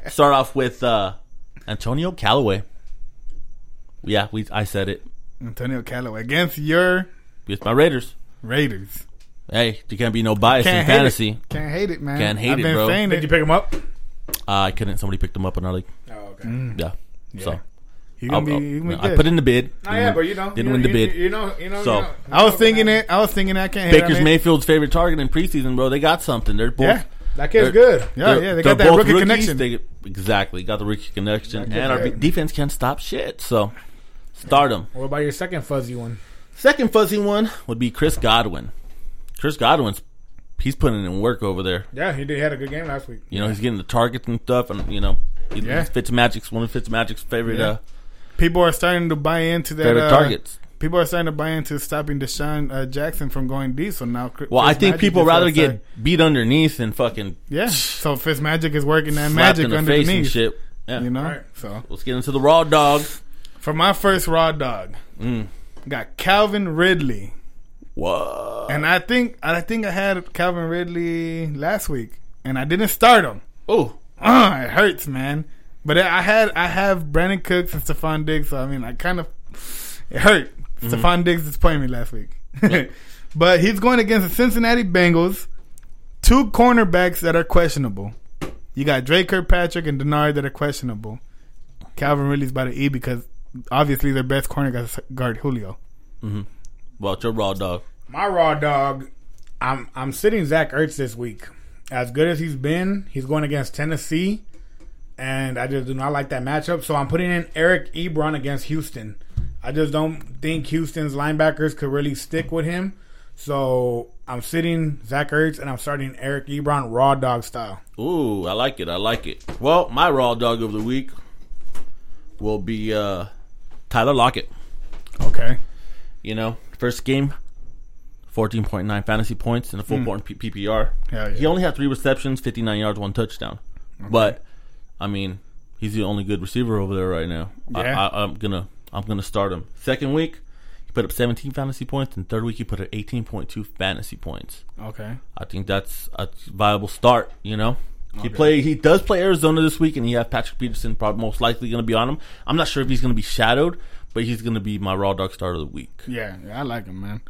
Start off with uh, Antonio Callaway. Yeah, we I said it.
Antonio Callaway against your
It's my Raiders.
Raiders.
Hey, there can't be no bias in
Can't hate
fantasy.
it. Can't hate it, man.
Can't hate
I've
it,
been
bro.
Saying
Did
it.
you pick him up?
Uh, I couldn't. Somebody picked him up in our league.
Oh, okay.
Yeah. So
You
I'll-
gonna be,
I'll-
you gonna be
I
good.
put in the bid.
Oh, yeah, but you know,
Didn't
you,
win the
you-
bid.
You, know, you know.
So,
you know,
I was thinking it. I was thinking I can't hate
Baker's
it.
Mayfield's favorite target in preseason, bro. They got something. They're both.
Yeah.
That kid's good.
Yeah,
they're-
Oh, yeah, they
they're
got that
both
rookie
rookies.
connection.
They, exactly, got the rookie connection,
Exactly.
and our
Yeah.
defense can't stop shit. So, start him.
What about your second fuzzy one?
Second fuzzy one would be Chris Godwin. Chris Godwin's he's putting in work over there.
Yeah, he did. He had a good game last week.
You know, he's getting the targets and stuff, and you know, he,
Yeah.
Fitzmagic's one of Fitzmagic's favorite
Yeah.
uh,
people are starting to buy into that.
favorite
uh,
targets.
People are starting to buy into stopping Deshaun uh, Jackson from going diesel now. Chris-
Well, I
Chris
think
Magic
people
is
rather
outside.
get beat underneath than fucking
yeah. So Fitzmagic is working that
slapped
magic
in the face and
underneath.
shit. Yeah.
You know.
Right.
So
Let's get into the raw dog.
for my first raw dog,
Mm.
got Calvin Ridley,
Whoa.
and I think I think I had Calvin Ridley last week, and I didn't start him.
oh,
Uh, it hurts, man. But I had I have Brandon Cooks and Stephon Diggs. So I mean, I kind of it hurt. Stephon Diggs is playing me last week, but he's going against the Cincinnati Bengals. Two cornerbacks that are questionable. You got Drake Kirkpatrick and Denard that are questionable. Calvin Ridley's by the E because obviously their best corner gu- guard Julio.
well, it's your raw dog.
My raw dog, I'm I'm sitting Zach Ertz this week. As good as he's been, he's going against Tennessee, and I just do not like that matchup. So I'm putting in Eric Ebron against Houston. I just don't think Houston's linebackers could really stick with him. So I'm sitting Zach Ertz and I'm starting Eric Ebron raw dog style.
Ooh, I like it. I like it. Well, my raw dog of the week will be uh, Tyler Lockett.
Okay,
You know, first game, fourteen point nine fantasy points and a full point P- PPR.
Hell yeah.
He only had three receptions, fifty nine yards, one touchdown. But I mean, he's the only good receiver over there right now.
Yeah.
I, I, I'm gonna I'm gonna start him. Second week, he put up seventeen fantasy points, and third week he put up eighteen point two fantasy points.
okay,
I think that's a viable start. You know, he play he does play Arizona this week, and he has Patrick Peterson probably most likely going to be on him. I'm not sure if he's going to be shadowed, but he's going to be my raw dog start of the week.
yeah, yeah, I like him, man.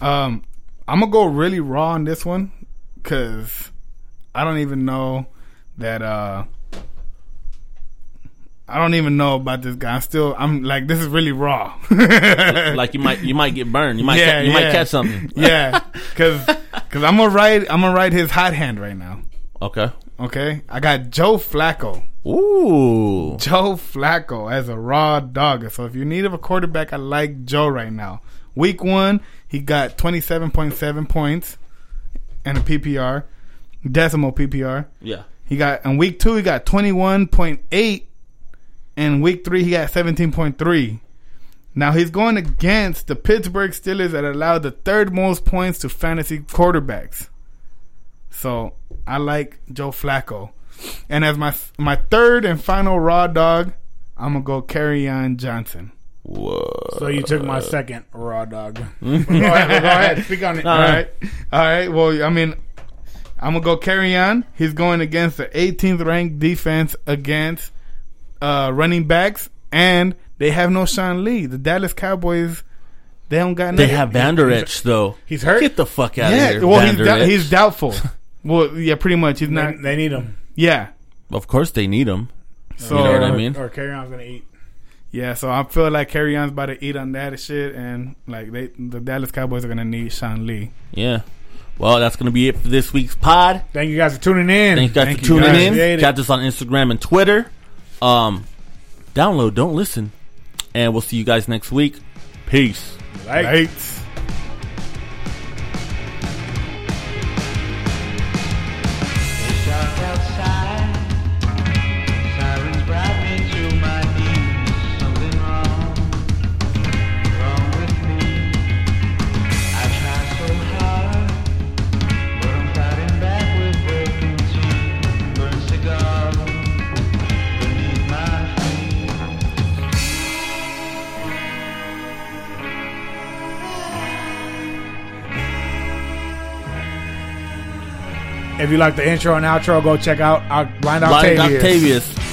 Um, I'm gonna go really raw on this one because I don't even know that. uh I don't even know about this guy. I'm still, I'm like, this is really raw.
Like you might you might get burned. You might ca-
Yeah,
you
yeah.
might catch something.
yeah, because because I'm gonna write, I'm gonna write his hot hand right now.
Okay.
Okay, I got Joe Flacco.
Ooh.
Joe Flacco as a raw dog. So if you need a quarterback, I like Joe right now. Week one, he got twenty seven point seven points and a PPR, decimal PPR.
Yeah.
He got in week two, he got twenty one point eight, and week three, he got seventeen point three. Now he's going against the Pittsburgh Steelers that allowed the third most points to fantasy quarterbacks. So I like Joe Flacco, and as my my third and final raw dog, I'm gonna go carry on Johnson.
Whoa.
So you took
Uh,
my second raw dog. go, ahead, go ahead, speak on it.
All
Uh,
right, all right. Well, I mean, I'm gonna go carry on. He's going against the 18th ranked defense against uh, running backs and They have no Sean Lee. The Dallas Cowboys, they don't got.
They
nothing.
have Vanderich though.
He's hurt.
Get the fuck out of
Yeah,
here.
well, he's, dou-
Vanderich.
he's doubtful. well, yeah, pretty much. He's
They,
not.
they need him.
Yeah.
of course they need him.
So
You know what I
Or-
mean?
Or carry on's gonna eat.
yeah, so I feel like Carry On's about to eat on that shit, and like they, the Dallas Cowboys are gonna need Sean Lee.
Yeah. Well, that's gonna be it for this week's pod.
Thank you guys for tuning in.
Thanks guys
Thank
for
you,
tuning
guys.
in.
Appreciate it.
Got this on Instagram and Twitter. Um, download, don't listen, and we'll see you guys next week. Peace.
Like.
Lights.
Dark outside, sirens brought me to my knees. Something wrong, wrong with me. I try so hard, but I'm fighting back with broken teeth. Burn cigar beneath my feet.
If you like the intro and outro, go check out our Blind
Blind
Octavius.
Octavius.